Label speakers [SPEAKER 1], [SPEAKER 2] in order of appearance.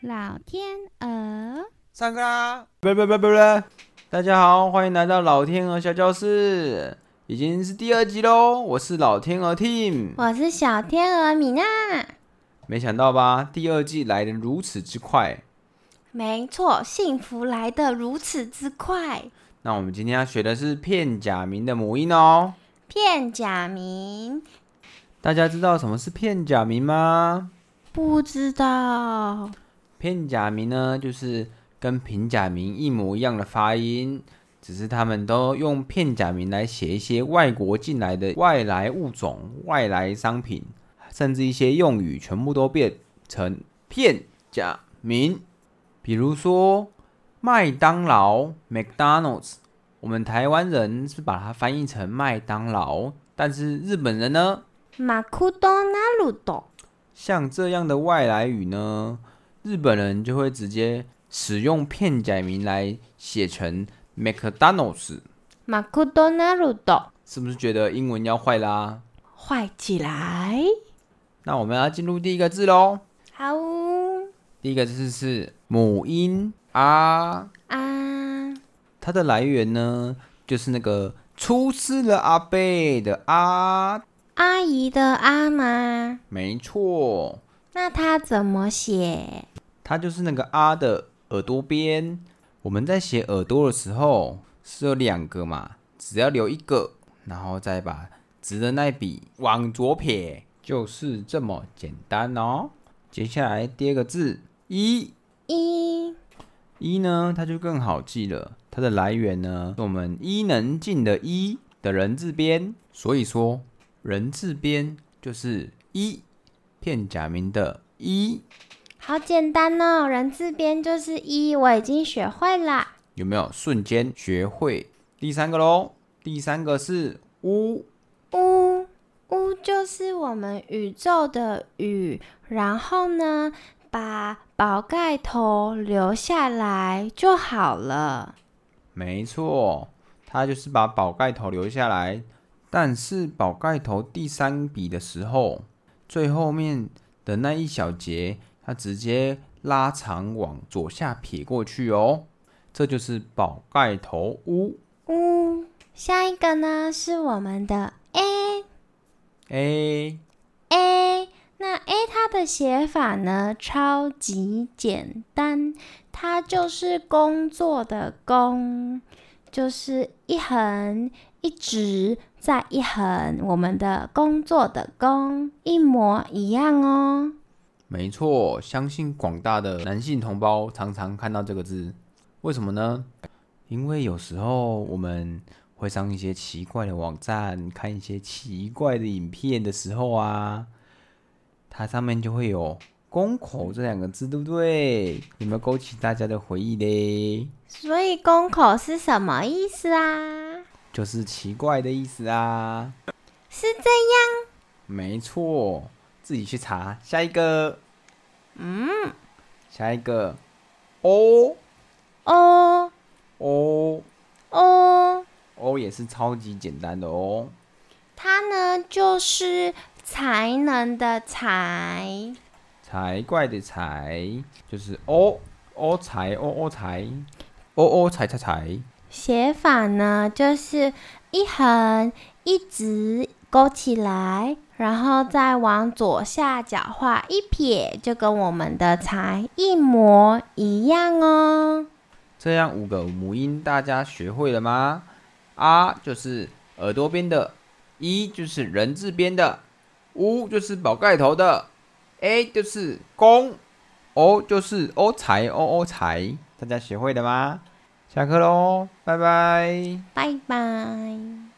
[SPEAKER 1] 老天鹅，
[SPEAKER 2] 上课啦！不不不不不，大家好，欢迎来到老天鹅小教室，已经是第二集喽。我是老天鹅 Team，
[SPEAKER 1] 我是小天鹅米娜。
[SPEAKER 2] 没想到吧？第二季来得如此之快。
[SPEAKER 1] 没错，幸福来得如此之快。
[SPEAKER 2] 那我们今天要学的是片假名的母音哦。
[SPEAKER 1] 片假名
[SPEAKER 2] 大家知道什么是片假名吗？
[SPEAKER 1] 不知道，
[SPEAKER 2] 片假名呢，就是跟平假名一模一样的发音，只是他们都用片假名来写一些外国进来的外来物种、外来商品，甚至一些用语，全部都变成片假名。比如说麦当劳 （McDonald's），我们台湾人是把它翻译成麦当劳，但是日本人呢，
[SPEAKER 1] 马库多纳鲁多
[SPEAKER 2] 像这样的外来语呢，日本人就会直接使用片假名来写成 McDonald's，
[SPEAKER 1] 马库多纳鲁多，
[SPEAKER 2] 是不是觉得英文要坏啦？
[SPEAKER 1] 坏起来。
[SPEAKER 2] 那我们要进入第一个字喽。
[SPEAKER 1] 好
[SPEAKER 2] 第一个字是母音啊，
[SPEAKER 1] 啊，
[SPEAKER 2] 它的来源呢就是那个出事了阿贝的啊，
[SPEAKER 1] 阿姨的阿吗？
[SPEAKER 2] 没错，
[SPEAKER 1] 那它怎么写？
[SPEAKER 2] 它就是那个啊的耳朵边。我们在写耳朵的时候是有两个嘛，只要留一个，然后再把直的那一笔往左撇，就是这么简单哦。接下来第二个字一
[SPEAKER 1] 一
[SPEAKER 2] 一呢，它就更好记了。它的来源呢，是我们伊能静的“伊”的人字边，所以说人字边就是一片假名的“一”。
[SPEAKER 1] 好简单哦，人字边就是一，我已经学会了。
[SPEAKER 2] 有没有瞬间学会？第三个喽，第三个是乌，
[SPEAKER 1] 乌乌就是我们宇宙的宇，然后呢，把宝盖头留下来就好了。
[SPEAKER 2] 没错，它就是把宝盖头留下来，但是宝盖头第三笔的时候，最后面的那一小节，它直接拉长往左下撇过去哦，这就是宝盖头乌。
[SPEAKER 1] 乌，下一个呢是我们的 a
[SPEAKER 2] A
[SPEAKER 1] a，那 a 它的写法呢超级简单，它就是工作的工，就是一横一直再一横，我们的工作的工一模一样哦。
[SPEAKER 2] 没错，相信广大的男性同胞常常看到这个字，为什么呢？因为有时候我们会上一些奇怪的网站，看一些奇怪的影片的时候啊，它上面就会有“公口”这两个字，对不对？有没有勾起大家的回忆嘞？
[SPEAKER 1] 所以公口是什么意思啊？
[SPEAKER 2] 就是奇怪的意思啊。
[SPEAKER 1] 是这样，
[SPEAKER 2] 没错，自己去查下一个。嗯，下一个哦
[SPEAKER 1] 哦
[SPEAKER 2] 哦。
[SPEAKER 1] 哦，
[SPEAKER 2] O 也是超级简单的哦。
[SPEAKER 1] 它呢就是才能的才。
[SPEAKER 2] 才怪的才就是 O O 才 O O 才 O O 才才才。
[SPEAKER 1] 写法呢，就是一横一直勾起来，然后再往左下角画一撇，就跟我们的才一模一样哦。
[SPEAKER 2] 这样五个母音大家学会了吗？啊就是耳朵边的，一就是人字边的，乌就是宝盖头的，A 就是公，O 就是 O 才 O O 才。大家学会了吗？下课喽，拜拜。
[SPEAKER 1] 拜拜。